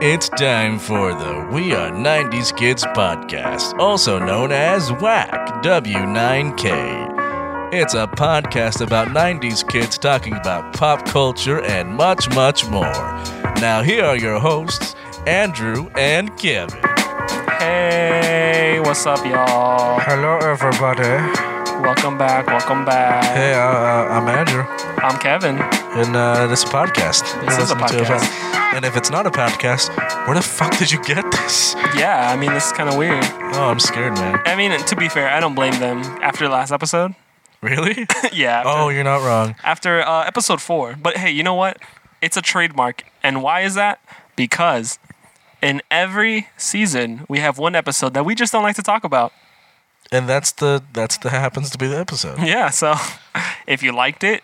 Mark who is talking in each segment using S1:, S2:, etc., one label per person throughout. S1: It's time for the We Are 90s Kids podcast, also known as WAC W9K. It's a podcast about 90s kids talking about pop culture and much, much more. Now, here are your hosts, Andrew and Kevin.
S2: Hey, what's up, y'all?
S3: Hello, everybody.
S2: Welcome back. Welcome back.
S1: Hey, uh, uh, I'm Andrew,
S2: I'm Kevin.
S1: and uh, this is a podcast.
S2: This
S1: You
S2: is a
S1: listen to
S2: podcast.
S1: And if it's not a podcast, where the fuck did you get this?
S2: Yeah, I mean, this is kind of weird.
S1: Oh, I'm scared, man.
S2: I mean, to be fair, I don't blame them after last episode.
S1: Really?
S2: yeah. After,
S1: Oh, you're not wrong.
S2: after uh, episode four. But hey, you know what? It's a trademark. And why is that? Because in every season, we have one episode that we just don't like to talk about.
S1: And that's the that's the happens to be the episode.
S2: Yeah, so if you liked it,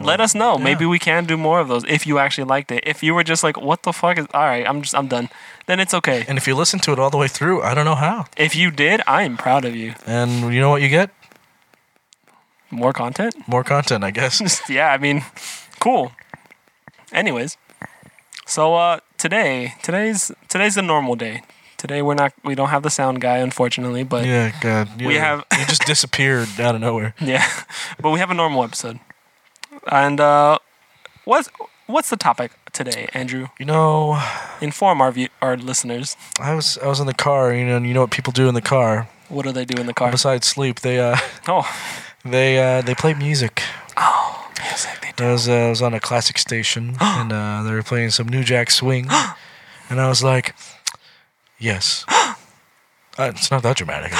S2: let us know. Maybe we can do more of those if you actually liked it. If you were just like, what the fuck is all right, I'm just I'm done. Then it's okay.
S1: And if you listen to it all the way through, I don't know how.
S2: If you did, I am proud of you.
S1: And you know what you get?
S2: More content?
S1: More content, I guess.
S2: yeah, I mean, cool. Anyways, so uh today, today's today's a normal day. Today we're not we don't have the sound guy unfortunately, but yeah,
S1: yeah, God.
S2: We
S1: yeah.
S2: have-
S1: you just disappeared out of nowhere.
S2: but we have a normal episode. And uh what's what's the topic today, Andrew?
S1: You know,
S2: Inform our view, our listeners.
S1: I was I was in the car. You know, and you know what people do in the car
S2: What do they do in the car?
S1: besides sleep? They uh
S2: Oh,
S1: they uh they play music.
S2: music. They do.
S1: I was uh, I was on a classic station and uh, they were playing some New Jack Swing, and I was like, yes. Uh, it's not that dramatic.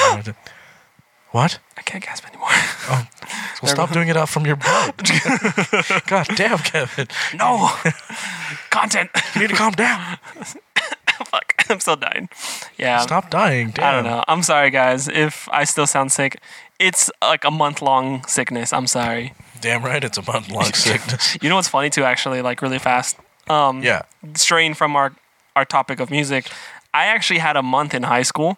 S1: what?
S2: I can't gasp anymore.
S1: Oh, well, stop doing it out from your bed. God damn, Kevin.
S2: no, content.
S1: You need to calm down.
S2: Fuck, I'm still dying. Yeah.
S1: Stop dying. Damn.
S2: I don't know. I'm sorry, guys. If I still sound sick, it's like a month long sickness. I'm sorry.
S1: Damn right, it's a month long sickness.
S2: You know what's funny too? Actually, like really fast. Um,
S1: Yeah.
S2: Straying from our our topic of music, I actually had a month in high school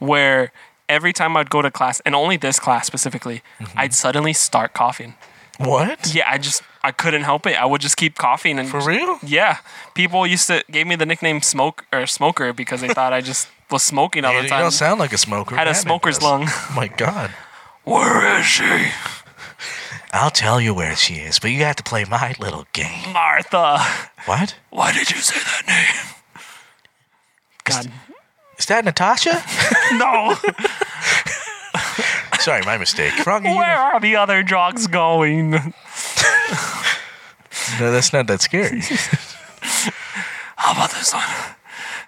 S2: where every time I'd go to class, and only this class specifically,
S1: Mm-hmm.
S2: I'd suddenly start coughing.
S1: What?
S2: Yeah, I just I couldn't help it. I would just keep coughing and
S1: For real?
S2: Yeah, people used to gave me the nickname "smoke" or "smoker" because they thought I just was smoking all
S1: You,
S2: the
S1: you
S2: time.
S1: don't sound like a smoker.
S2: Had a
S1: Man, it
S2: smoker's
S1: does.
S2: lung.
S1: Oh my God.
S2: Where is she,
S1: I'll tell you where she is, but you have to play my little game.
S2: Martha?
S1: What?
S2: Why did you say that name? God,
S1: Is that Natasha?
S2: no!
S1: Sorry, my mistake. Wrong. you.
S2: Where are the other dogs going?
S1: No, that's not that scary.
S2: How about this one?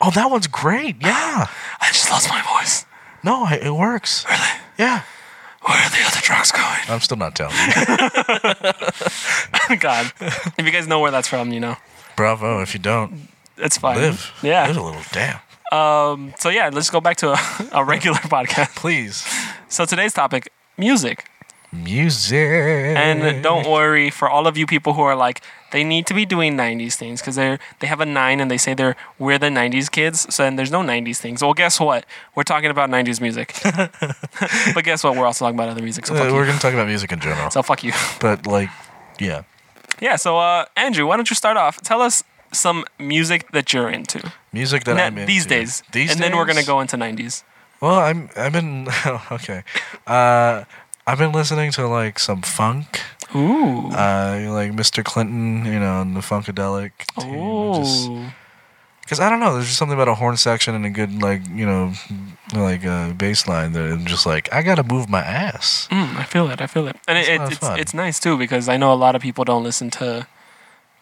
S1: Oh, that one's great. Yeah.
S2: I just lost my voice.
S1: No, I, it works. Really? Yeah.
S2: Where are the other dogs going?
S1: I'm still not telling you.
S2: Oh, God, if you guys know where that's from, you know
S1: Bravo. If you don't
S2: it's fine.
S1: live,
S2: Yeah.
S1: live a little. Damn.
S2: So yeah, let's go back to a, a regular podcast.
S1: Please.
S2: So today's topic: music.
S1: Music.
S2: And don't worry for all of you people who are like they need to be doing 90s things because they're they have a nine and they say they're we're the 90s kids. So then there's no 90s things. Well, guess what? We're talking about 90s music. but guess what? We're also talking about other music. So
S1: Uh,
S2: fuck
S1: we're
S2: you.
S1: going to talk about music in general.
S2: So fuck you.
S1: but, like, yeah.
S2: yeah. So uh, Andrew, why don't you start off? Tell us some music that you're into
S1: Music that
S2: Now,
S1: I'm into.
S2: these days,
S1: These
S2: and then we're gonna
S1: days?
S2: go into 90s.
S1: Well, I'm, I've been. oh, okay. Uh, I've been listening to, like, some funk.
S2: Ooh.
S1: Uh, like, Mr. Clinton, you know, and the Funkadelic. team. I just-
S2: Ooh.
S1: Cause I don't know, there's just something about a horn section and a good like you know, like uh, bass line that I'm just like I gotta move my ass.
S2: Mm, I feel it. I feel it. And
S1: It's
S2: it,
S1: a
S2: it,
S1: lot of
S2: it's,
S1: fun.
S2: it's nice too because I know a lot of people don't listen to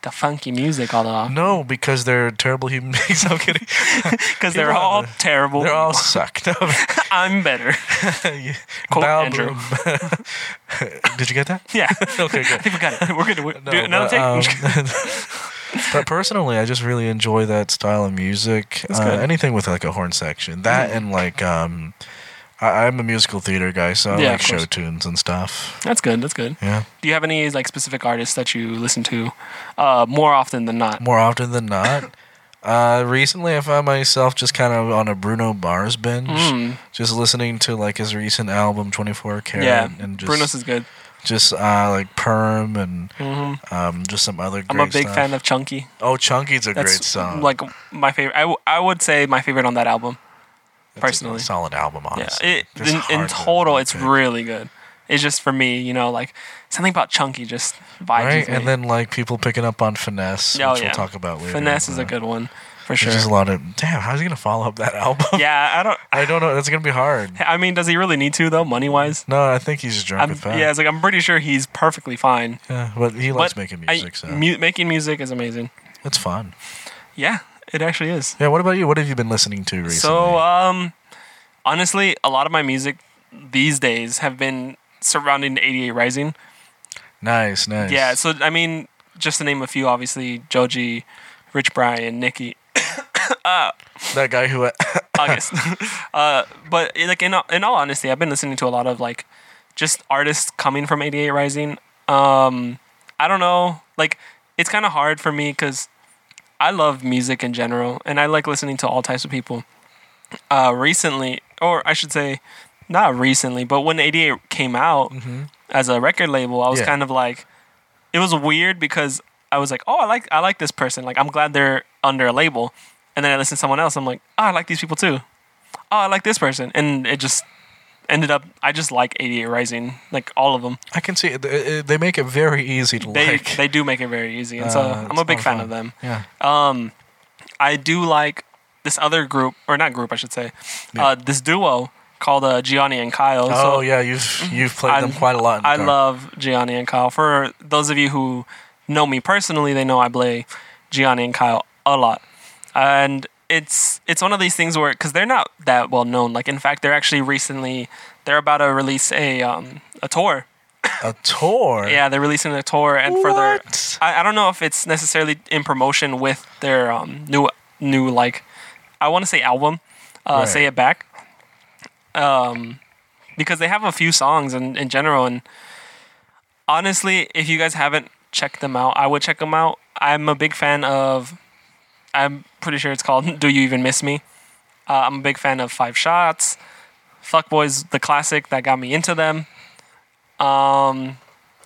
S2: the funky music all that often
S1: No, because they're terrible human beings. I'm kidding.
S2: because they're
S1: people have
S2: all
S1: the-
S2: terrible.
S1: They're all sucked up.
S2: I'm better.
S1: Yeah.
S2: Quote
S1: Bow-
S2: Andrew.
S1: Did you get that?
S2: Yeah.
S1: Okay,
S2: I
S1: good.
S2: think we got it. We're good. to
S1: No,
S2: do another take.
S1: but, um, but personally, I just really enjoy that style of music. Uh,
S2: good.
S1: anything with like a horn section, that and like um, I, I'm a musical theater guy, so I
S2: Yeah,
S1: like
S2: of course.
S1: show tunes and stuff.
S2: that's good. That's good.
S1: Yeah.
S2: Do you have any like specific artists that you listen to uh, more often than not?
S1: more often than not. Uh, recently, I found myself just kind of on a Bruno Mars Mm-hmm.
S2: Mm.
S1: binge, just listening to like his recent album Twenty Four Karat,
S2: Yeah.
S1: and just
S2: Bruno's is good. Mm-hmm.
S1: just uh, like Perm and um, just some other.
S2: I'm
S1: great
S2: a big
S1: stuff.
S2: fan of Chunky.
S1: Oh, Chunky's a
S2: That's
S1: great song.
S2: like my favorite. I, w- I would say my favorite on that album,
S1: It's a
S2: personally.
S1: solid album,
S2: Yeah,
S1: honestly.
S2: it,
S1: Just
S2: in, in
S1: hard to
S2: total, it's
S1: pick.
S2: really good. It's just for me, you know, like something about Chunky just vibes
S1: right,
S2: with me.
S1: and then like people picking up on finesse,
S2: Oh,
S1: which
S2: yeah.
S1: we'll talk about later.
S2: Finesse is
S1: Uh,
S2: a good one for
S1: There's
S2: sure.
S1: just a lot of damn. How's he gonna follow up that album?
S2: yeah, I don't.
S1: I don't know. That's gonna be hard.
S2: I mean, does he really need to though, money wise?
S1: No, I think he's just drunk
S2: I'm,
S1: with that.
S2: yeah, it's like I'm pretty sure he's perfectly fine.
S1: Yeah, but he likes
S2: but
S1: making
S2: I-
S1: music, so
S2: mu- making music is amazing.
S1: it's fun.
S2: Yeah, it actually is.
S1: Yeah. What about you? What have you been listening to recently?
S2: So, um, honestly, a lot of my music these days have been surrounding 88 Rising.
S1: nice, nice.
S2: Yeah, so I mean, just to name a few, obviously Joji, Rich Brian, Nikki,
S1: that guy who
S2: August. uh, but in- like in all, in all honesty, I've been listening to a lot of like just artists coming from 88 Rising. Um, I don't know, like it's kind of hard for me because I love music in general, and I like listening to all types of people. Uh, recently, or I should say, not recently, but when 88 came out as a record label, I was
S1: Yeah.
S2: kind of like, it was weird because I was like, oh, I like I like this person. Like I'm glad they're under a label. And then I listen to someone else. I'm like, oh, I like these people too. Oh, I like this person. And it just ended up. I just like 88 Rising, like all of them.
S1: I can see it, it, it- they make it very easy to
S2: They
S1: like.
S2: they do make it very easy, and so
S1: Uh,
S2: I'm
S1: it's
S2: a big
S1: not
S2: fan
S1: fun.
S2: of them.
S1: yeah.
S2: I do like this other group, or not group, I should say, uh, this duo called uh, Gianni and Kyle.
S1: oh yeah, you've you've played them quite a lot. in the
S2: Mm-hmm. I
S1: car.
S2: love Gianni and Kyle. For those of you who know me personally, they know I play Gianni and Kyle a lot, and it's it's one of these things where because they're not that well known. Like in fact, they're actually recently they're about to release a um, a tour.
S1: a tour.
S2: Yeah, they're releasing a tour, and for their
S1: What?
S2: I, I don't know if it's necessarily in promotion with their um, new new like I want to say album, uh,
S1: Right.
S2: say it back, um, because they have a few songs in, in general. And honestly, if you guys haven't checked them out, I would check them out. I'm a big fan of. I'm pretty sure it's called "Do You Even Miss Me." Uh, I'm a big fan of Five Shots, Fuckboys, the classic that got me into them. Um,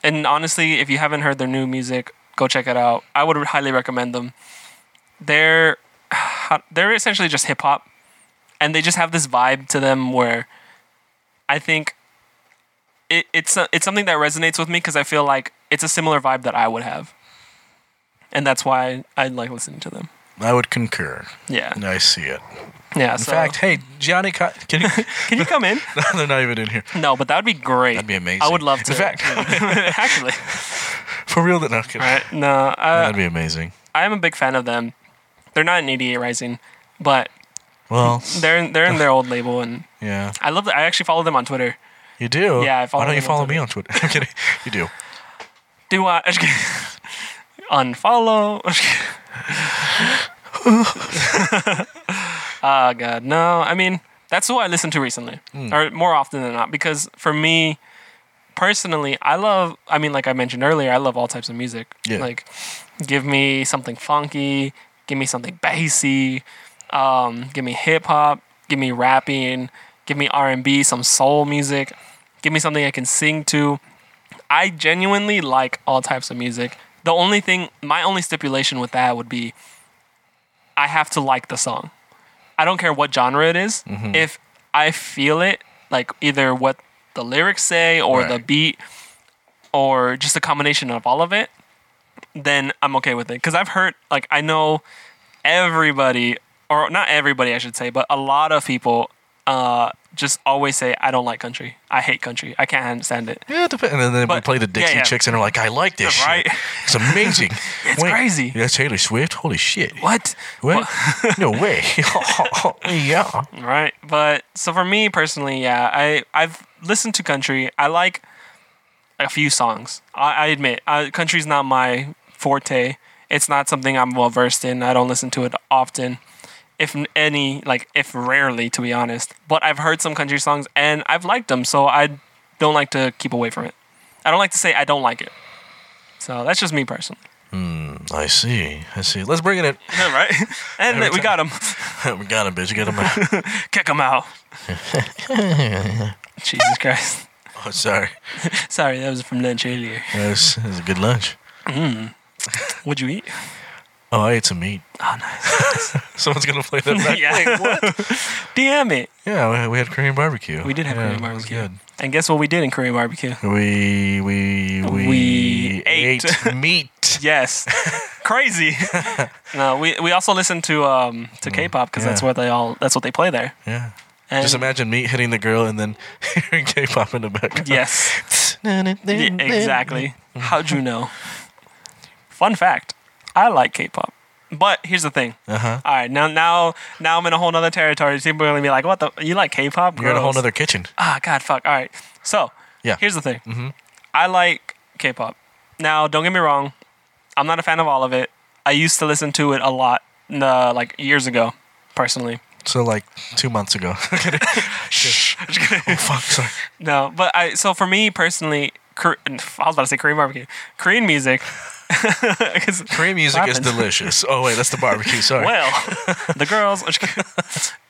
S2: and honestly, if you haven't heard their new music, go check it out. I would highly recommend them. They're uh, they're essentially just hip hop, and they just have this vibe to them where I think it, it's a, it's something that resonates with me because I feel like it's a similar vibe that I would have, and that's why I like listening to them.
S1: I would concur.
S2: Yeah,
S1: And I see it.
S2: yeah.
S1: In fact, hey, Johnny, Ca- can you?
S2: can you come in?
S1: They're not even in here.
S2: No, but that would be great.
S1: That'd be amazing.
S2: I would love
S1: In
S2: to.
S1: fact-
S2: actually,
S1: For real, no, okay.
S2: right? No, uh,
S1: that'd be amazing.
S2: I am a big fan of them. They're not an 88 Rising, but
S1: Well,
S2: they're in, they're in their old label, and
S1: yeah,
S2: I love. That. I actually follow them on Twitter.
S1: you do.
S2: Yeah, I follow
S1: Why don't you
S2: them on
S1: follow me on Twitter? I'm kidding. You do.
S2: Do I I'm just kidding. unfollow? I'm just kidding. Ah, God, no. I mean, that's who I listen to recently, or more often than not, because for me personally, I love. I mean, like I mentioned earlier, I love all types of music.
S1: Yeah.
S2: Like, give me something funky, give me something bassy, um, give me hip hop, give me rapping, give me R and B, some soul music, give me something I can sing to. I genuinely like all types of music. The only thing, my only stipulation with that would be, I have to like the song. I don't care what genre it is. If I feel it, like either what the lyrics say or the
S1: Right.
S2: beat or just a combination of all of it, then I'm okay with it. Because I've heard, like, I know everybody, or not everybody, I should say, but a lot of people uh, just always say, I don't like country. I hate country. I can't stand it.
S1: Yeah, it depends. And then we
S2: But-
S1: play the Dixie
S2: yeah, yeah.
S1: Chicks, and they're like, "I like this
S2: Right.
S1: shit. It's amazing. it's
S2: crazy.
S1: That's Taylor Swift. Holy shit.
S2: What?
S1: What? no way. yeah.
S2: right? But so for me personally, yeah, I I've listened to country. I like a few songs. I, I admit, uh, country's not my forte. It's not something I'm well versed in. I don't listen to it often, if n- any, like if rarely, to be honest. But I've heard some country songs and I've liked them, so I don't like to keep away from it. I don't like to say I don't like it. So that's just me personally.
S1: I see. I see. Let's bring it in.
S2: right? and
S1: Every
S2: we got him.
S1: we got him, bitch. Get him out.
S2: Kick him out. Jesus Christ.
S1: Oh, sorry.
S2: Sorry, that was from lunch earlier.
S1: That was, that was a good lunch.
S2: What'd you eat?
S1: Oh, I ate some meat.
S2: Oh, nice.
S1: Someone's gonna play that back.
S2: yeah. Damn it.
S1: Yeah, we- we had Korean barbecue.
S2: We did have
S1: Yeah,
S2: Korean
S1: that was
S2: barbecue.
S1: good.
S2: And guess what we did in Korean barbecue?
S1: We we we,
S2: We ate.
S1: meat.
S2: Yes. Crazy. no, we, we also listened to um to K-pop because that's
S1: Mm, yeah.
S2: what they all that's what they play there.
S1: Yeah.
S2: And
S1: Just imagine meat hitting the grill and then hearing K-pop in the background. Uh-huh.
S2: Yes. Yeah, exactly.
S1: Mm-hmm.
S2: How'd you know? Fun fact: I like K-pop, but here's the thing.
S1: Uh huh.
S2: All right, now now now I'm in a whole nother territory. People are gonna be like, "What the? You like K-pop?
S1: You're in a whole
S2: Gross."
S1: nother kitchen.
S2: Ah, God, fuck. All right. So,
S1: Yeah.
S2: here's the thing. I like K-pop. Now, don't get me wrong. I'm not a fan of all of it. I used to listen to it a lot, uh, like years ago, personally.
S1: So like two months ago. Shh. oh fuck. Sorry.
S2: No, but I. So for me personally, Kor- I was about to say Korean barbecue, Korean music. 'Cause-
S1: Korean music is
S2: happened?
S1: delicious. Oh wait, that's the barbecue. Sorry.
S2: well, the girls.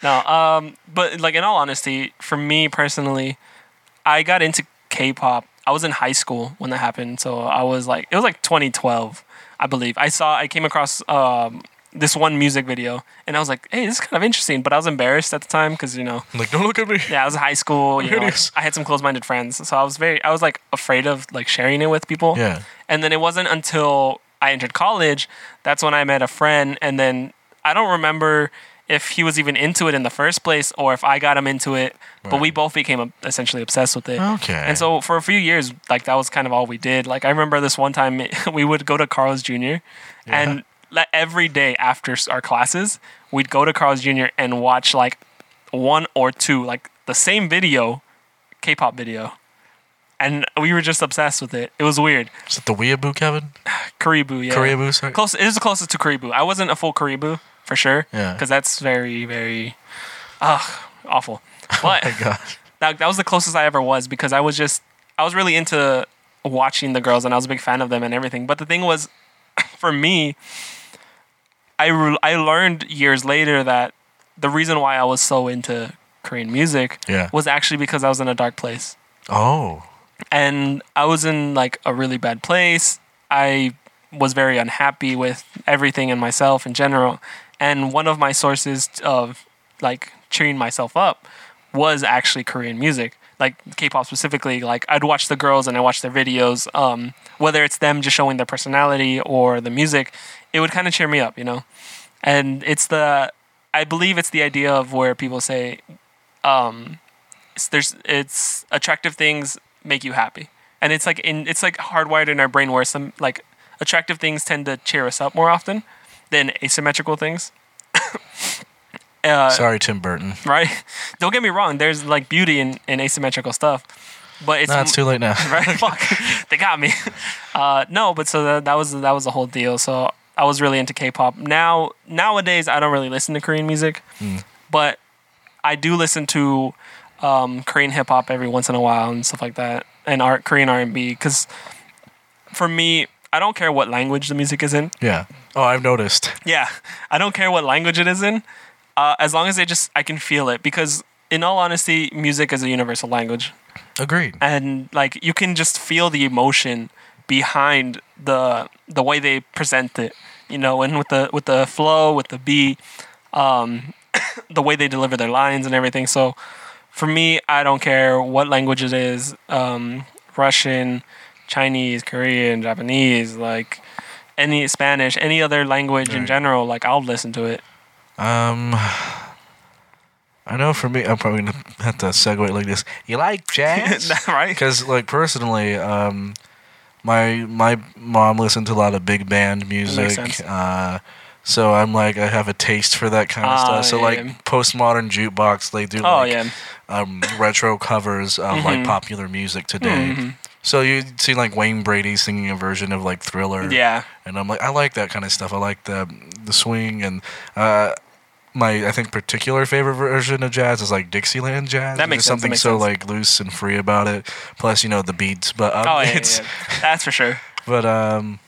S2: no, um, but like in all honesty, for me personally, I got into K-pop. I was in high school when that happened, so I was like, it was like 2012, I believe. I saw, I came across um, this one music video, and I was like, hey, this is kind of interesting. But I was embarrassed at the time because you know,
S1: I'm like don't look at me.
S2: yeah, I was in high school. You
S1: Here it
S2: know,
S1: is.
S2: I had some close-minded friends, so I was very, I was like afraid of like sharing it with people.
S1: Yeah.
S2: And then it wasn't until I entered college that's when I met a friend. And then I don't remember if he was even into it in the first place or if I got him into it, but we
S1: Right.
S2: both became ob- essentially obsessed with it.
S1: Okay.
S2: And so for a few years, like that was kind of all we did. Like I remember this one time we would go to Carl's Jr. and like, every day after s- our classes, we'd go to Carl's Jr. and watch like one or two, like the same video, K-pop video. And we were just obsessed with it. It was weird.
S1: Is it the weeaboo, Kevin?
S2: Karibu, yeah.
S1: Karibu, sorry.
S2: Close. It is the closest to Karibu. I wasn't a full Karibu for sure.
S1: Yeah.
S2: Because that's very, very, ugh, awful. But
S1: Oh My God.
S2: that, that was the closest I ever was because I was just I was really into watching the girls and I was a big fan of them and everything. But the thing was, for me, I re- I learned years later that the reason why I was so into Korean music
S1: Yeah.
S2: was actually because I was in a dark place
S1: Oh.
S2: and I was in like a really bad place. I was very unhappy with everything and myself in general. And one of my sources of like cheering myself up was actually Korean music, like K-pop specifically. Like I'd watch the girls and I watch their videos. Um, whether it's them just showing their personality or the music, it would kind of cheer me up, you know. And it's the I believe it's the idea of where people say it's- there's it's attractive things make you happy and it's like in it's like hardwired in our brain where some like attractive things tend to cheer us up more often than asymmetrical things uh,
S1: Sorry, Tim Burton.
S2: right don't get me wrong there's like beauty in, in asymmetrical stuff but it's
S1: Nah, it's too late now.
S2: right? Fuck, they got me. Uh, no, but so that, that was that was the whole deal. So I was really into K-pop. Now nowadays, I don't really listen to Korean music,
S1: Mm.
S2: but I do listen to um, Korean hip hop every once in a while and stuff like that, and art Korean R and B. Because for me, I don't care what language the music is in.
S1: Yeah. Oh, I've noticed.
S2: Yeah, I don't care what language it is in, uh, as long as they just I can feel it. Because in all honesty, music is a universal language
S1: Agreed.
S2: and like you can just feel the emotion behind the the way they present it you know and with the with the flow with the beat um the way they deliver their lines and everything so for me i don't care what language it is um russian chinese korean japanese like any spanish any other language in
S1: Right.
S2: general like i'll listen to it
S1: Um, I know for me, I'm probably gonna have to segue it like this. You like jazz,
S2: right
S1: Because like personally, um, my my mom listened to a lot of big band music.
S2: sense.
S1: Uh, so I'm like I have a taste for that kind of
S2: Ah,
S1: stuff. So
S2: yeah,
S1: like
S2: yeah.
S1: postmodern jukebox, they do
S2: oh
S1: like
S2: yeah Mm-hmm.
S1: um, retro covers of like popular music today. So you see like Wayne Brady singing a version of like Thriller
S2: yeah
S1: and I'm like, I like that kind of stuff. I like the the swing and uh, my I think particular favorite version of jazz is like Dixieland jazz.
S2: That makes
S1: There's
S2: sense, that
S1: something
S2: makes
S1: so
S2: sense.
S1: like loose and free about it. Plus, you know the beats, but um,
S2: oh yeah, yeah,
S1: it's
S2: yeah. that's for sure
S1: but um.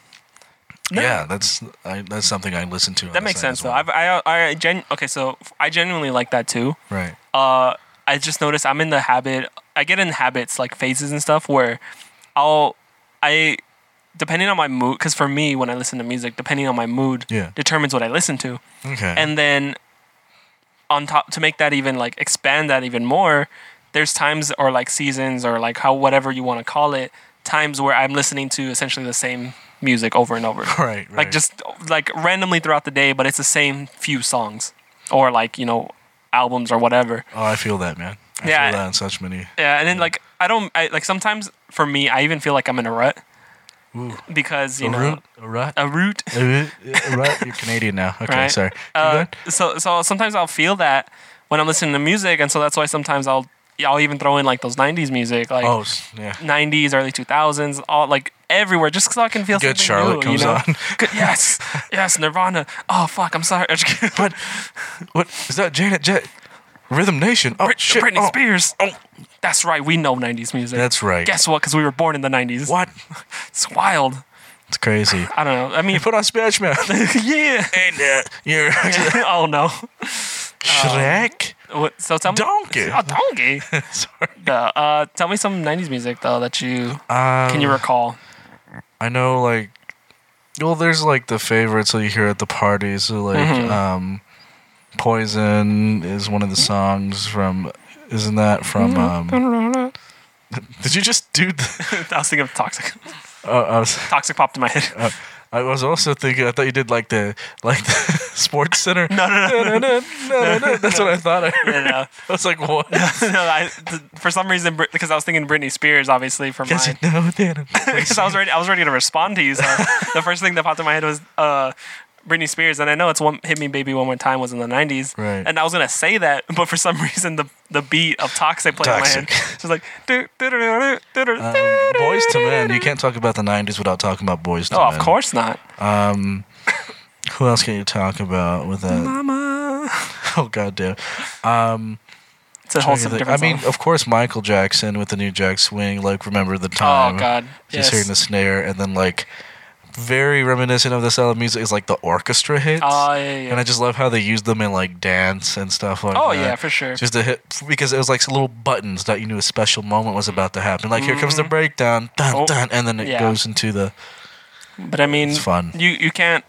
S2: No.
S1: Yeah, that's I, that's something I listen to. on
S2: That
S1: the
S2: makes
S1: side
S2: sense
S1: as
S2: though.
S1: well.
S2: I've, I I gen okay, so I genuinely like that too.
S1: right.
S2: Uh, I just noticed I'm in the habit I get in habits like phases and stuff where I'll I depending on my mood because for me when I listen to music depending on my mood
S1: Yeah.
S2: determines what I listen to
S1: Okay.
S2: and then on top to make that even like expand that even more there's times or like seasons or like how whatever you want to call it times where i'm listening to essentially the same music over and over
S1: Right,
S2: like
S1: right.
S2: just like randomly throughout the day but it's the same few songs or like you know albums or whatever
S1: oh, I feel that, man. I
S2: Yeah.
S1: feel that in such many.
S2: yeah and then like i don't I, like sometimes for me i even feel like i'm in a rut
S1: Ooh.
S2: because you
S1: A
S2: know
S1: root, a rut,
S2: a root
S1: a root, a rut. You're Canadian now. Okay,
S2: right?
S1: sorry. Keep
S2: Uh,
S1: going.
S2: so so sometimes I'll feel that when I'm listening to music, and so that's why sometimes I'll I'll even throw in like those '90s music, like
S1: oh, s- yeah.
S2: 90s, early 2000s, all like everywhere, just so I can feel
S1: Good
S2: something
S1: Charlotte
S2: new,
S1: comes
S2: you know?
S1: on.
S2: Good, yes, yes, Nirvana. Oh fuck, I'm sorry.
S1: What? What is that? Janet Jet, Rhythm Nation. Oh shit.
S2: Britney
S1: oh,
S2: Spears. Oh, that's right. We know '90s music.
S1: That's right.
S2: Guess what? Because we were born in the '90s.
S1: What?
S2: It's wild.
S1: It's crazy.
S2: I don't know. I mean,
S1: You put on Smash Mouth.
S2: yeah.
S1: and uh, you're
S2: oh no.
S1: Shrek.
S2: What, so tell me.
S1: Donkey.
S2: Oh, donkey.
S1: Sorry.
S2: Duh. Uh, tell me some '90s music though that you
S1: Um,
S2: can you recall.
S1: I know, like, well, there's like the favorites that you hear at the parties. So, like,
S2: Mm-hmm.
S1: um, "Poison" is one of the songs from. Isn't that from? Um,
S2: Mm-hmm.
S1: did you just do? The,
S2: I was thinking of toxic.
S1: uh, I was.
S2: Toxic popped in my head.
S1: Uh, I was also thinking. I thought you did like the like the Sports Center. No, no, no, no, no, no. That's what I thought. I, heard.
S2: And, uh,
S1: I was like, what?
S2: no, I, th- for some reason, Brit- because I was thinking Britney Spears, obviously for
S1: Yes,
S2: mine.
S1: you know, Dan.
S2: Because I was ready, I was ready to respond to you. So the first thing that popped in my head was uh, Britney Spears, and I know it's one "Hit Me, Baby, One More Time" was in the '90s,
S1: Right.
S2: and I was gonna say that, but for some reason, the the beat of Toxic played in
S1: Toxic.
S2: my head. Just like do do do do do do
S1: Um, boys to men. You can't talk about the '90s without talking about boys to
S2: Oh,
S1: men.
S2: of course not.
S1: Um, who else can you talk about with
S2: Mm-hmm.
S1: that?
S2: Mama.
S1: Oh goddamn!
S2: It's a whole different
S1: I mean,
S2: song.
S1: of course, Michael Jackson with the New Jack Swing. Like, remember the time?
S2: oh God,
S1: um, Just
S2: yes.
S1: hearing the snare, and then like very reminiscent of the style of music is like the orchestra hits.
S2: Oh yeah, yeah, yeah.
S1: And I uh, just love how they use them in like dance and stuff like
S2: Oh
S1: that.
S2: yeah, for sure.
S1: Just the hit because it was like little buttons that you knew a special moment was about to happen. Like here comes the breakdown, dun,
S2: Mm-hmm. Oh.
S1: dun, and then it
S2: Yeah.
S1: goes into the
S2: But I mean,
S1: It's fun.
S2: You you can't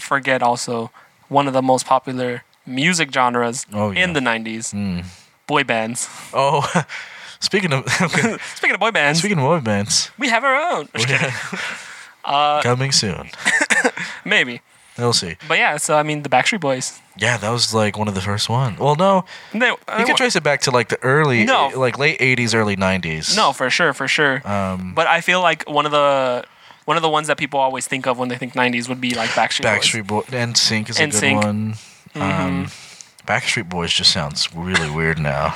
S2: forget also one of the most popular music genres
S1: Oh, yeah. Hmm.
S2: in the '90s: boy bands.
S1: oh. Speaking of okay.
S2: Speaking of boy bands,
S1: speaking of boy bands,
S2: we have our own. Just kidding. Uh,
S1: coming soon.
S2: Maybe,
S1: We'll see.
S2: but yeah. So I mean, the Backstreet Boys.
S1: Yeah, that was like one of the first one. Well, no,
S2: They,
S1: you can trace it back to like the early,
S2: Uh, No.
S1: like late '80s, early '90s.
S2: no, for sure, for sure.
S1: um,
S2: but I feel like one of the one of the ones that people always think of when they think '90s would be like Backstreet, Boys.
S1: Backstreet Boys and Sync is a good
S2: NSYNC.
S1: one. Um,
S2: Mm-hmm.
S1: Backstreet Boys just sounds really weird now.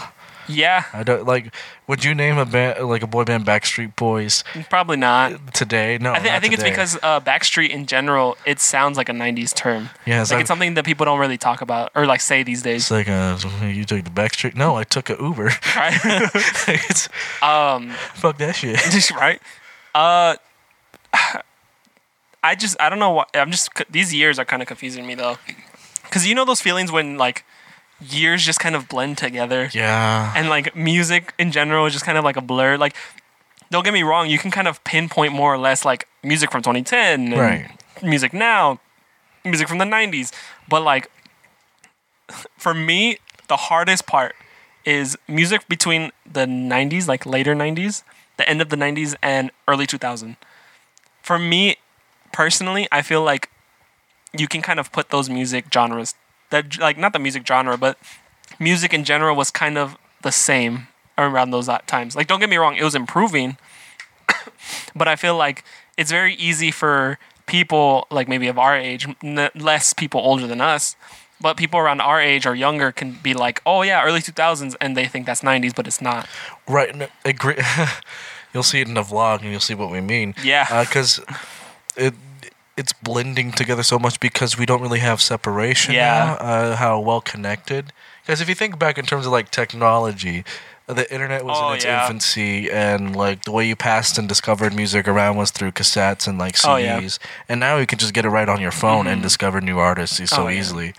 S2: Yeah,
S1: I don't like. Would you name a band like a boy band Backstreet Boys
S2: probably not.
S1: today? No,
S2: I think, I think it's because uh, backstreet in general, it sounds like a '90s term.
S1: Yeah, it's
S2: it's like,
S1: like-
S2: it's something that people don't really talk about or like say these
S1: it's
S2: days.
S1: like uh, you took the Backstreet. No, I took a Uber.
S2: right?
S1: it's
S2: um,
S1: fuck that shit.
S2: just right. Uh, I just I don't know why I'm just these years are kind of confusing me though, because you know those feelings when like years just kind of blend together
S1: Yeah,
S2: and like music in general is just kind of like a blur. Like, don't get me wrong, you can kind of pinpoint more or less like music from 2010, and
S1: Right.
S2: Music now, music from the 90s, but like for me, the hardest part is music between the 90s, like later 90s, the end of the 90s, and early 2000. For me personally, I feel like you can kind of put those music genres that like not the music genre, but music in general was kind of the same around those at times. Like, don't get me wrong, it was improving, but I feel like it's very easy for people, like maybe of our age, n- less people older than us, but people around our age or younger can be like, oh yeah, early 2000s, and they think that's 90s, but it's not.
S1: right. No, agree. you'll see it in the vlog, and you'll see what we mean.
S2: Yeah.
S1: because it it's blending together so much because we don't really have separation. now,
S2: Yeah.
S1: uh, how well connected. Because if you think back in terms of like technology, uh, the internet was
S2: Oh,
S1: in its
S2: yeah.
S1: infancy, and like the way you passed and discovered music around was through cassettes and like CDs.
S2: Oh, yeah.
S1: And now you can just get it right on your phone and discover new artists so
S2: Mm-hmm. Oh, yeah.
S1: easily.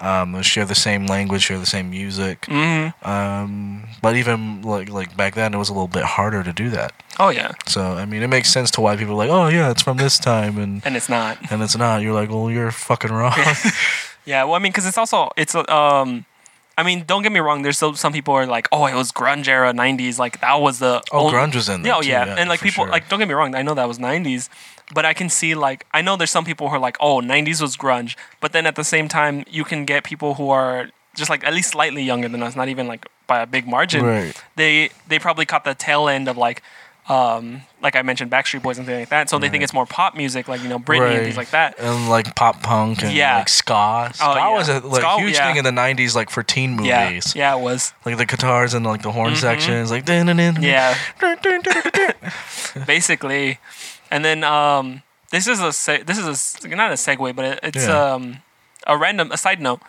S1: um, share the same language, share the same music.
S2: hmm
S1: Um, but even like like back then, it was a little bit harder to do that.
S2: Oh yeah,
S1: So I mean, it makes sense to why people are like, oh yeah, it's from this time, and
S2: and it's not.
S1: and it's not. You're like, well, you're fucking wrong.
S2: Yeah, well, I mean, because it's also it's uh, um, I mean, don't get me wrong. There's still some people are like, oh, it was grunge era '90s, like that was the
S1: oh,
S2: only-
S1: grunge was in there.
S2: Yeah, oh
S1: too,
S2: yeah, and like
S1: for
S2: people
S1: sure.
S2: like don't get me wrong. I know that was '90s, but I can see like I know there's some people who are like, oh, '90s was grunge, but then at the same time, you can get people who are just like at least slightly younger than us, not even like by a big margin.
S1: Right.
S2: They they probably caught the tail end of like. Um, like I mentioned, Backstreet Boys and things like that. So they think it's more pop music, like you know, Britney and things like that.
S1: and like pop punk and
S2: Yeah. Oh,
S1: like ska. Ska
S2: yeah.
S1: was a like,
S2: Ska,
S1: huge
S2: yeah.
S1: thing in the '90s, like for teen movies.
S2: Yeah, yeah, it was.
S1: Like the guitars and like the horn sections, like dun, dun, dun,
S2: Yeah.
S1: dun, dun, dun, dun, dun.
S2: basically. And then um, this is a se- this is a s- not a segue, but it, it's
S1: Yeah.
S2: um, a random a side note.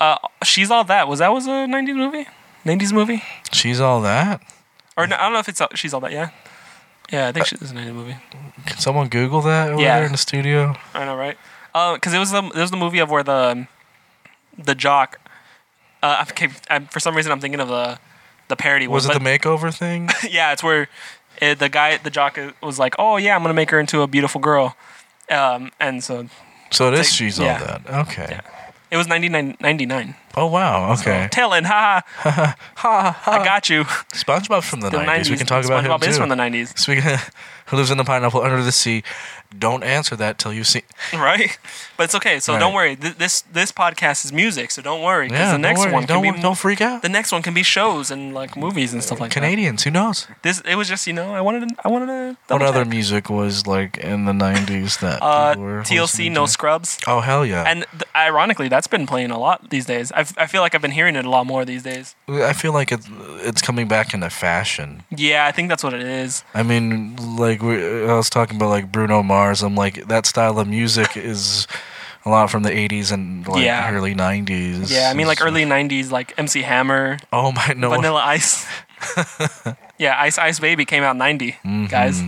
S2: Uh, she's all that was that was a '90s movie, '90s movie,
S1: She's all that.
S2: or no, I don't know if it's a, she's all that. Yeah, yeah, I
S1: Uh,
S2: think she's a '90s movie.
S1: Can someone Google that over
S2: Yeah.
S1: there in the studio?
S2: I know, right? Because Uh, it was the it was the movie of where the um, the jock. Uh, I keep, i for some reason, I'm thinking of the the parody.
S1: Was
S2: one,
S1: it
S2: but-
S1: the makeover thing?
S2: yeah, it's where uh the guy, the jock, uh, was like, "Oh yeah, I'm gonna make her into a beautiful girl," um, and so
S1: So it is.
S2: Like,
S1: She's
S2: yeah.
S1: all that. Okay.
S2: it was 99, 99.
S1: Oh wow.
S2: So,
S1: Okay.
S2: Talon, ha ha, ha ha. I got you.
S1: SpongeBob from the
S2: The
S1: nineties. We can talk about
S2: SpongeBob
S1: him
S2: is
S1: too.
S2: from the nineties,
S1: Speaking of, who lives in the pineapple under the sea, don't answer that till you see.
S2: right? But it's okay. So
S1: Right.
S2: don't worry. Th- This this podcast is music, so don't worry. Because
S1: Yeah,
S2: the next
S1: don't worry.
S2: one can
S1: don't,
S2: be
S1: don't freak out.
S2: the next one can be shows and like movies and stuff like
S1: Canadians, who knows?
S2: that. This it was just you know I wanted to, I wanted to
S1: What
S2: double
S1: other
S2: check.
S1: music was like in the nineties that
S2: uh,
S1: people were
S2: TLC
S1: listening
S2: No
S1: to?
S2: Scrubs.
S1: Oh hell yeah!
S2: And th- ironically, that's been playing a lot these days. I've, I feel like I've been hearing it a lot more these days.
S1: I feel like it's it's coming back into fashion.
S2: Yeah, I think that's what it is.
S1: I mean, like we, I was talking about like Bruno Mars. I'm like that style of music is a lot from the '80s and like
S2: Yeah.
S1: early '90s.
S2: Yeah, I mean, like
S1: It's-
S2: early '90s, like MC Hammer,
S1: Oh my no!
S2: Vanilla Ice. yeah, Ice Ice Baby came out '90, guys,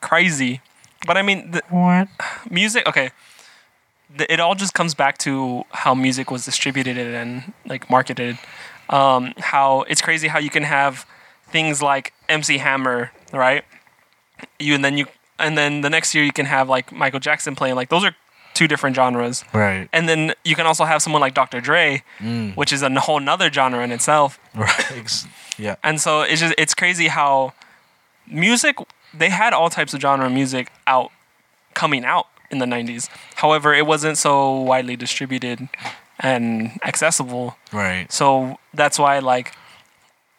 S2: crazy. But I mean, the
S1: What?
S2: music. Okay, the, it all just comes back to how music was distributed and like marketed. Um, how it's crazy how you can have things like MC Hammer, right? You and then you and then the next year you can have like Michael Jackson playing. Like those are two different genres.
S1: Right.
S2: And then you can also have someone like Dr. Dre, which is a n- whole nother genre in itself.
S1: Right. Ex- Yeah.
S2: And so it's just it's crazy how music they had all types of genre music out coming out in the 90s. However, it wasn't so widely distributed and accessible.
S1: Right.
S2: So that's why like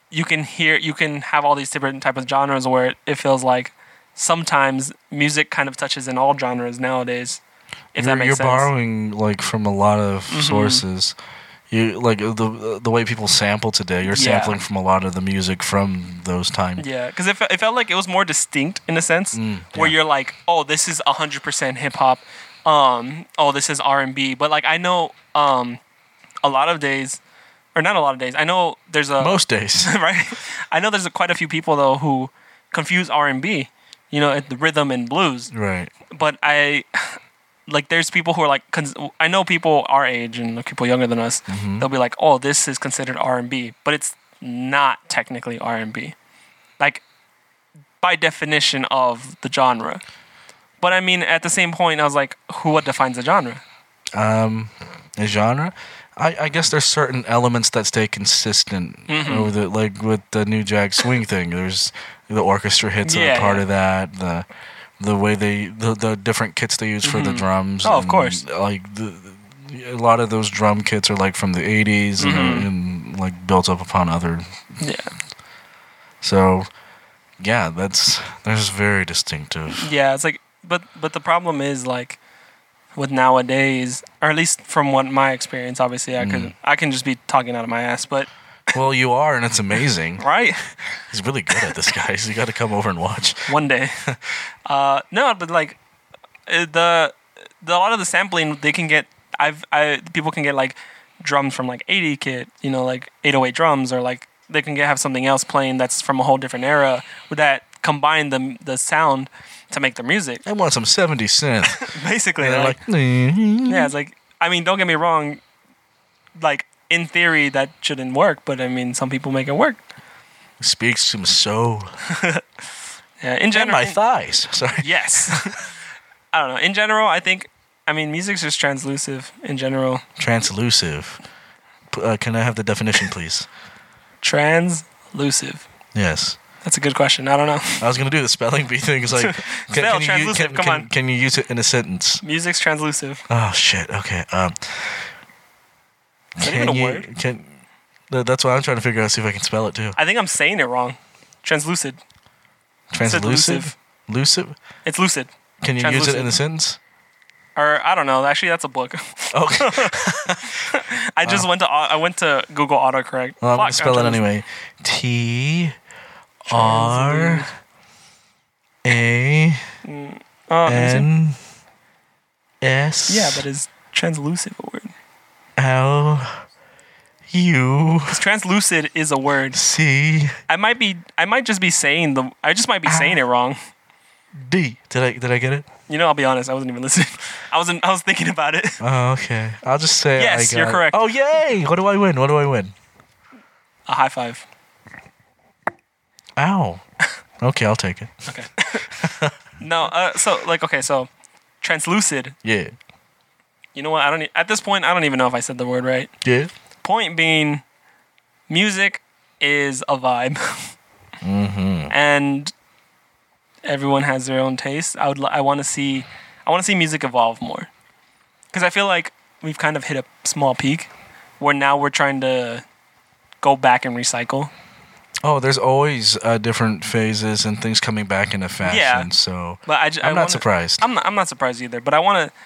S2: you can hear you can have all these different type of genres where it, it feels like sometimes music kind of touches in all genres nowadays. If
S1: you're,
S2: that makes
S1: you're
S2: sense. Mm-hmm.
S1: borrowing like from a lot of sources. You like the the way people sample today. You're
S2: Yeah.
S1: sampling from a lot of the music from those times.
S2: Yeah, because it, fe- it felt like it was more distinct in a sense,
S1: Mm.
S2: where you're like, oh, this is 100% hip hop. Um, oh, this is R and B. But like, I know um, a lot of days, or not a lot of days. I know there's a
S1: Most days.
S2: right. I know there's a, quite a few people though who confuse R and B. You know, the rhythm and blues.
S1: right.
S2: But I. Like there's people who are like, cons- I know people our age and people younger than us. They'll be like, "Oh, this is considered R and B," but it's not technically R and B like by definition of the genre. But I mean, at the same point, I was like, who what defines a genre?
S1: um, a genre. I, I guess there's certain elements that stay consistent
S2: Mm-hmm.
S1: over the like with the new jack swing thing. There's the orchestra hits are
S2: Yeah,
S1: a part
S2: yeah.
S1: of that. The the way they the, the different kits they use for the drums.
S2: Oh, of
S1: and,
S2: course.
S1: Like the, a lot of those drum kits are like from the 80s and, and like built up upon other.
S2: Mm-hmm. Yeah,
S1: So yeah, that's that's very distinctive.
S2: yeah. It's like, but but the problem is like with nowadays, or at least from what my experience. Obviously, I could I can just be talking out of my ass, but
S1: Well, you are, and it's amazing.
S2: right.
S1: He's really good at this, guys. You got to come over and watch.
S2: one day. Uh, no, but like uh, the, the a lot of the sampling they can get. I've I people can get like drums from like 80 kit, you know, like 808 drums, or like they can get have something else playing that's from a whole different era that combine the the sound to make the music.
S1: I want some 70 synth.
S2: Basically,
S1: And
S2: they're
S1: they're
S2: like
S1: like, "Mm."
S2: yeah, it's like I mean, don't get me wrong. like in theory that shouldn't work, but I mean some people make it work.
S1: Speaks to my soul
S2: Yeah, in
S1: and
S2: general,
S1: my thighs. Sorry.
S2: yes. I don't know. In general, I think I mean music's just translucent in general.
S1: Translucive. P- Uh, can I have the definition, please?
S2: Translucent.
S1: Yes.
S2: That's a good question. I don't know.
S1: I was gonna do the spelling bee thing. It's like, can,
S2: Spell
S1: can, you,
S2: translucive,
S1: can,
S2: come
S1: can,
S2: on.
S1: can you use it in a sentence?
S2: Music's translucent.
S1: Oh shit. Okay. Um.
S2: Is that even a
S1: you,
S2: word?
S1: Can. no, That's what I'm trying to figure out. See if I can spell it too.
S2: I think I'm saying it wrong. Translucid.
S1: Translucive.
S2: said elusive.
S1: Lucid.
S2: It's lucid.
S1: Can you use it in a
S2: Translucid.
S1: sentence?
S2: Or I don't know. Actually, that's a book.
S1: Okay.
S2: Oh, I just went to au- I went to Google autocorrect.
S1: Ah. Well, I'm gonna
S2: Fuck,
S1: spell it
S2: trans-
S1: anyway. T R A
S2: Uh, music?
S1: N S
S2: yeah, but is translucid a word?
S1: L U
S2: Because translucid is a word.
S1: C
S2: I might be. I might just be saying the. I just
S1: Ah.
S2: might be saying it wrong.
S1: D. Did I did I get it?
S2: You know, I'll be honest. I wasn't even listening. I wasn't. I was thinking about it.
S1: Oh, okay. I'll just say
S2: Yes,
S1: I got
S2: you're
S1: it.
S2: correct.
S1: Oh, yay! What do I win? What do I win?
S2: A high five.
S1: Ow. Okay, I'll take it.
S2: No. Uh. So like okay. So translucid.
S1: Yeah.
S2: You know what? I don't. e- At this point, I don't even know if I said the word right.
S1: Yeah.
S2: Point being, music is a vibe,
S1: Mm-hmm.
S2: and everyone has their own taste. I would. li- I want to see. I want to see music evolve more, because I feel like we've kind of hit a small peak, where now we're trying to go back and recycle.
S1: Oh, there's always uh, different phases and things coming back into fashion. So
S2: But I, ju- I
S1: I'm not
S2: wanna-
S1: surprised.
S2: I'm not, I'm not surprised either. But I want to.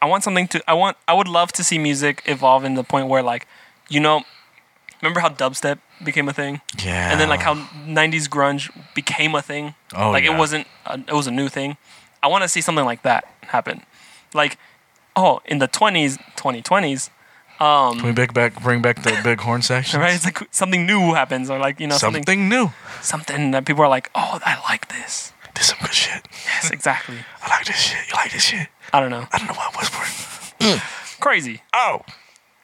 S2: I want something to. I want. I would love to see music evolve in the point where like, you know, remember how dubstep became a thing.
S1: yeah.
S2: and then like how 90s grunge became a thing
S1: Ah. Oh,
S2: like
S1: yeah.
S2: it wasn't a, it was a new thing i want to see something like that happen like oh in the 20s 2020s
S1: Can we bring back bring back the big horn section?
S2: um, right it's like something new happens or like you know
S1: Something,
S2: something something,
S1: new.
S2: that people are like oh i like this
S1: This some good shit.
S2: yes exactly
S1: I like this shit. You like this shit.
S2: i don't know
S1: I don't know why I'm whispering.
S2: crazy
S1: Oh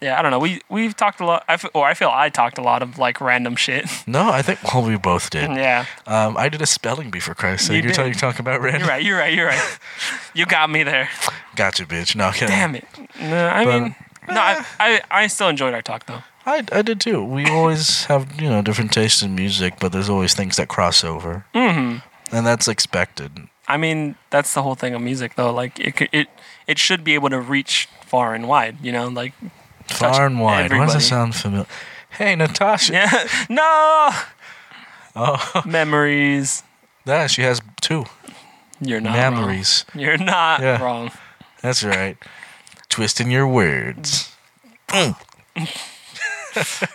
S2: yeah i don't know we we've talked a lot i feel, or i feel i talked a lot of like random shit
S1: no, I think well we both did.
S2: yeah
S1: Um, I did a spelling bee for Christ's
S2: You
S1: sake. You are
S2: did.
S1: talking you're talking about random.
S2: you're right you're right you're right you got me there
S1: Gotcha, bitch. No, I'm kidding.
S2: damn it no i
S1: But-
S2: mean no I, I i still enjoyed our talk though
S1: I, I did too. We always have you know different tastes in music, but there's always things that cross over, mm-hmm. and that's expected.
S2: I mean, that's the whole thing of music, though. Like it, c- it, it should be able to reach far and wide. You know, like Touch
S1: Far and wide. Why does
S2: everybody.
S1: that sound familiar? Hey, Natasha.
S2: yeah, no memories.
S1: Yeah, she has
S2: Oh,
S1: two
S2: You're not memories.
S1: memories.
S2: You're not
S1: Yeah.
S2: wrong.
S1: That's right. Twisting your words. Mm.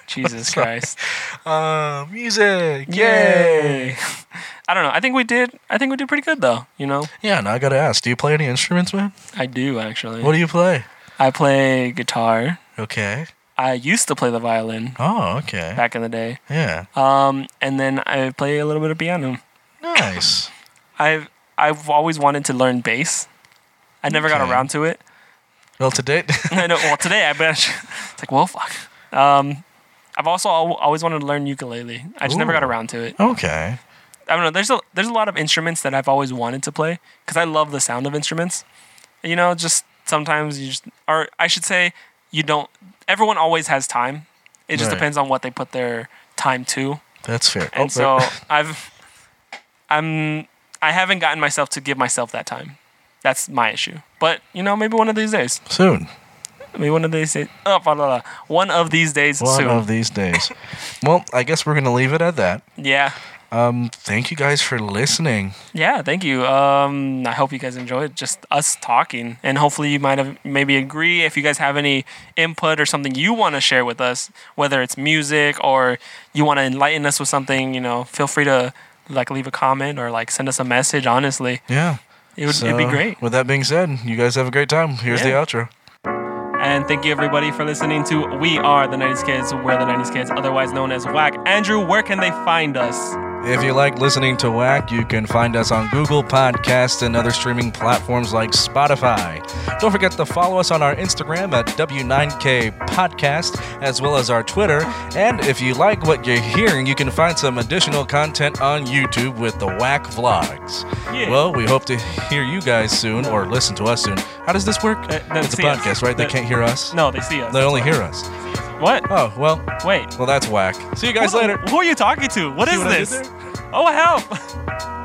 S2: Jesus Christ!
S1: Uh, music.
S2: Yay! I don't know. I think we did. I think we did pretty good, though. You know,
S1: Yeah, now I gotta ask, do you play any instruments, man?
S2: I do actually.
S1: What do you play?
S2: I play guitar.
S1: Okay.
S2: I used to play the violin
S1: Oh, okay.
S2: back in the day,
S1: Yeah.
S2: um, and then I play a little bit of piano.
S1: Nice.
S2: I've I've always wanted to learn bass. I never got
S1: Okay.
S2: around to it.
S1: Well, to date,
S2: I know. Well, today I bet it's like, well, fuck. Um, I've also al- always wanted to learn ukulele. I just never got
S1: Ooh.
S2: around to it.
S1: okay.
S2: I don't know. There's a there's a lot of instruments that I've always wanted to play because I love the sound of instruments. You know, just sometimes you just, or I should say, you don't. Everyone always has time. It just
S1: Right.
S2: depends on what they put their time to.
S1: That's fair.
S2: And
S1: Oh,
S2: so
S1: but-
S2: I've, I'm, I haven't gotten myself to give myself that time. That's my issue. But you know, maybe one of these days.
S1: soon.
S2: I mean, one of these days. Oh, blah, blah, blah. One of these days
S1: One
S2: soon.
S1: of these days. well, I guess we're gonna leave it at that.
S2: yeah.
S1: Um, thank you guys for listening.
S2: Yeah. Thank you. Um, I hope you guys enjoyed just us talking, and hopefully you might have maybe agree. If you guys have any input or something you want to share with us, whether it's music or you want to enlighten us with something, you know, feel free to like leave a comment or like send us a message. Honestly,
S1: Yeah.
S2: it would it'd be
S1: So,
S2: great.
S1: With that being said, you guys have a great time. Here's the
S2: Yeah.
S1: outro.
S2: And thank you everybody for listening to We Are the 90s Kids. We're the 90s Kids, otherwise known as WAC. Andrew, where can they find us?
S1: If you like listening to Whack, you can find us on Google Podcasts and other streaming platforms like Spotify. Don't forget to follow us on our Instagram at W9K Podcast, as well as our Twitter. And if you like what you're hearing, you can find some additional content on YouTube with the Whack Vlogs.
S2: Yeah.
S1: Well, we hope to hear you guys soon or listen to us soon. How does this work?
S2: Uh, no,
S1: it's a
S2: see us.
S1: podcast, right? They
S2: No.
S1: can't hear us.
S2: No, they see us.
S1: They only hear us.
S2: What?
S1: Oh, well,
S2: Wait.
S1: well, that's Whack. See you guys
S2: Who-
S1: later.
S2: Who are you talking to? What
S1: See
S2: is
S1: what I did
S2: this?
S1: there?
S2: Oh, help!